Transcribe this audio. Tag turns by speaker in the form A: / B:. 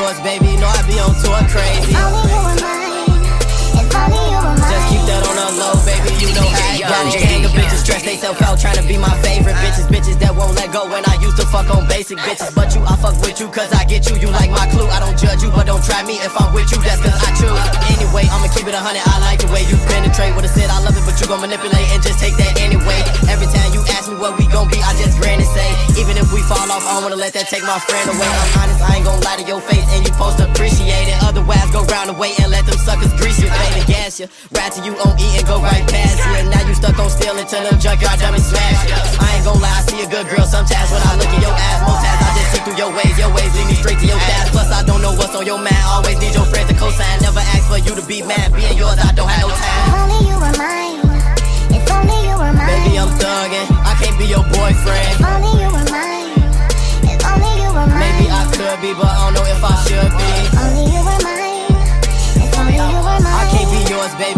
A: know I be on tour crazy.
B: Only you were mine. If only you were mine.
A: Just keep that on the low, baby. You know how it goes. Gang of bitches stress themselves out trying to be my favorite bitches. Bitches that won't let go when I used to fuck on basic bitches. But you, I fuck with you cause I get you. You like my clue. I don't judge you, but don't try me if I'm with you. That's cause I choose. Anyway, I'ma keep it a hundred. I like the way you penetrate. Would've said I love it, but you gon' manipulate and just take that anyway. Every time you ask me what we gon' be, I just grin and say, even if we fall off, I don't wanna let that take my friend away. I'm honest, I ain't gon' lie to your face, and you post appreciate it. Otherwise, go round the way and let them suckers grease you, baby, gas you. Ride to you on E and go right past you. And now you stuck on stealing till them junkyard dummies smash you. I ain't gon' lie, I see a good girl sometimes when I look in your eyes. Most times I just see through your ways, your ways lead me straight to your past. Plus, I don't know what's on your mind. Always need your friends to cosign. Never ask for you to be mad. Being yours, I don't have no time.
B: If only you were mine. If only you were mine.
A: Baby, I'm thuggin', I can't be your boyfriend.
B: If only you were mine. If only you were mine.
A: Maybe I could be, but I don't know if I should be.
B: If only you were mine. If only you were mine.
A: I can't be yours, baby.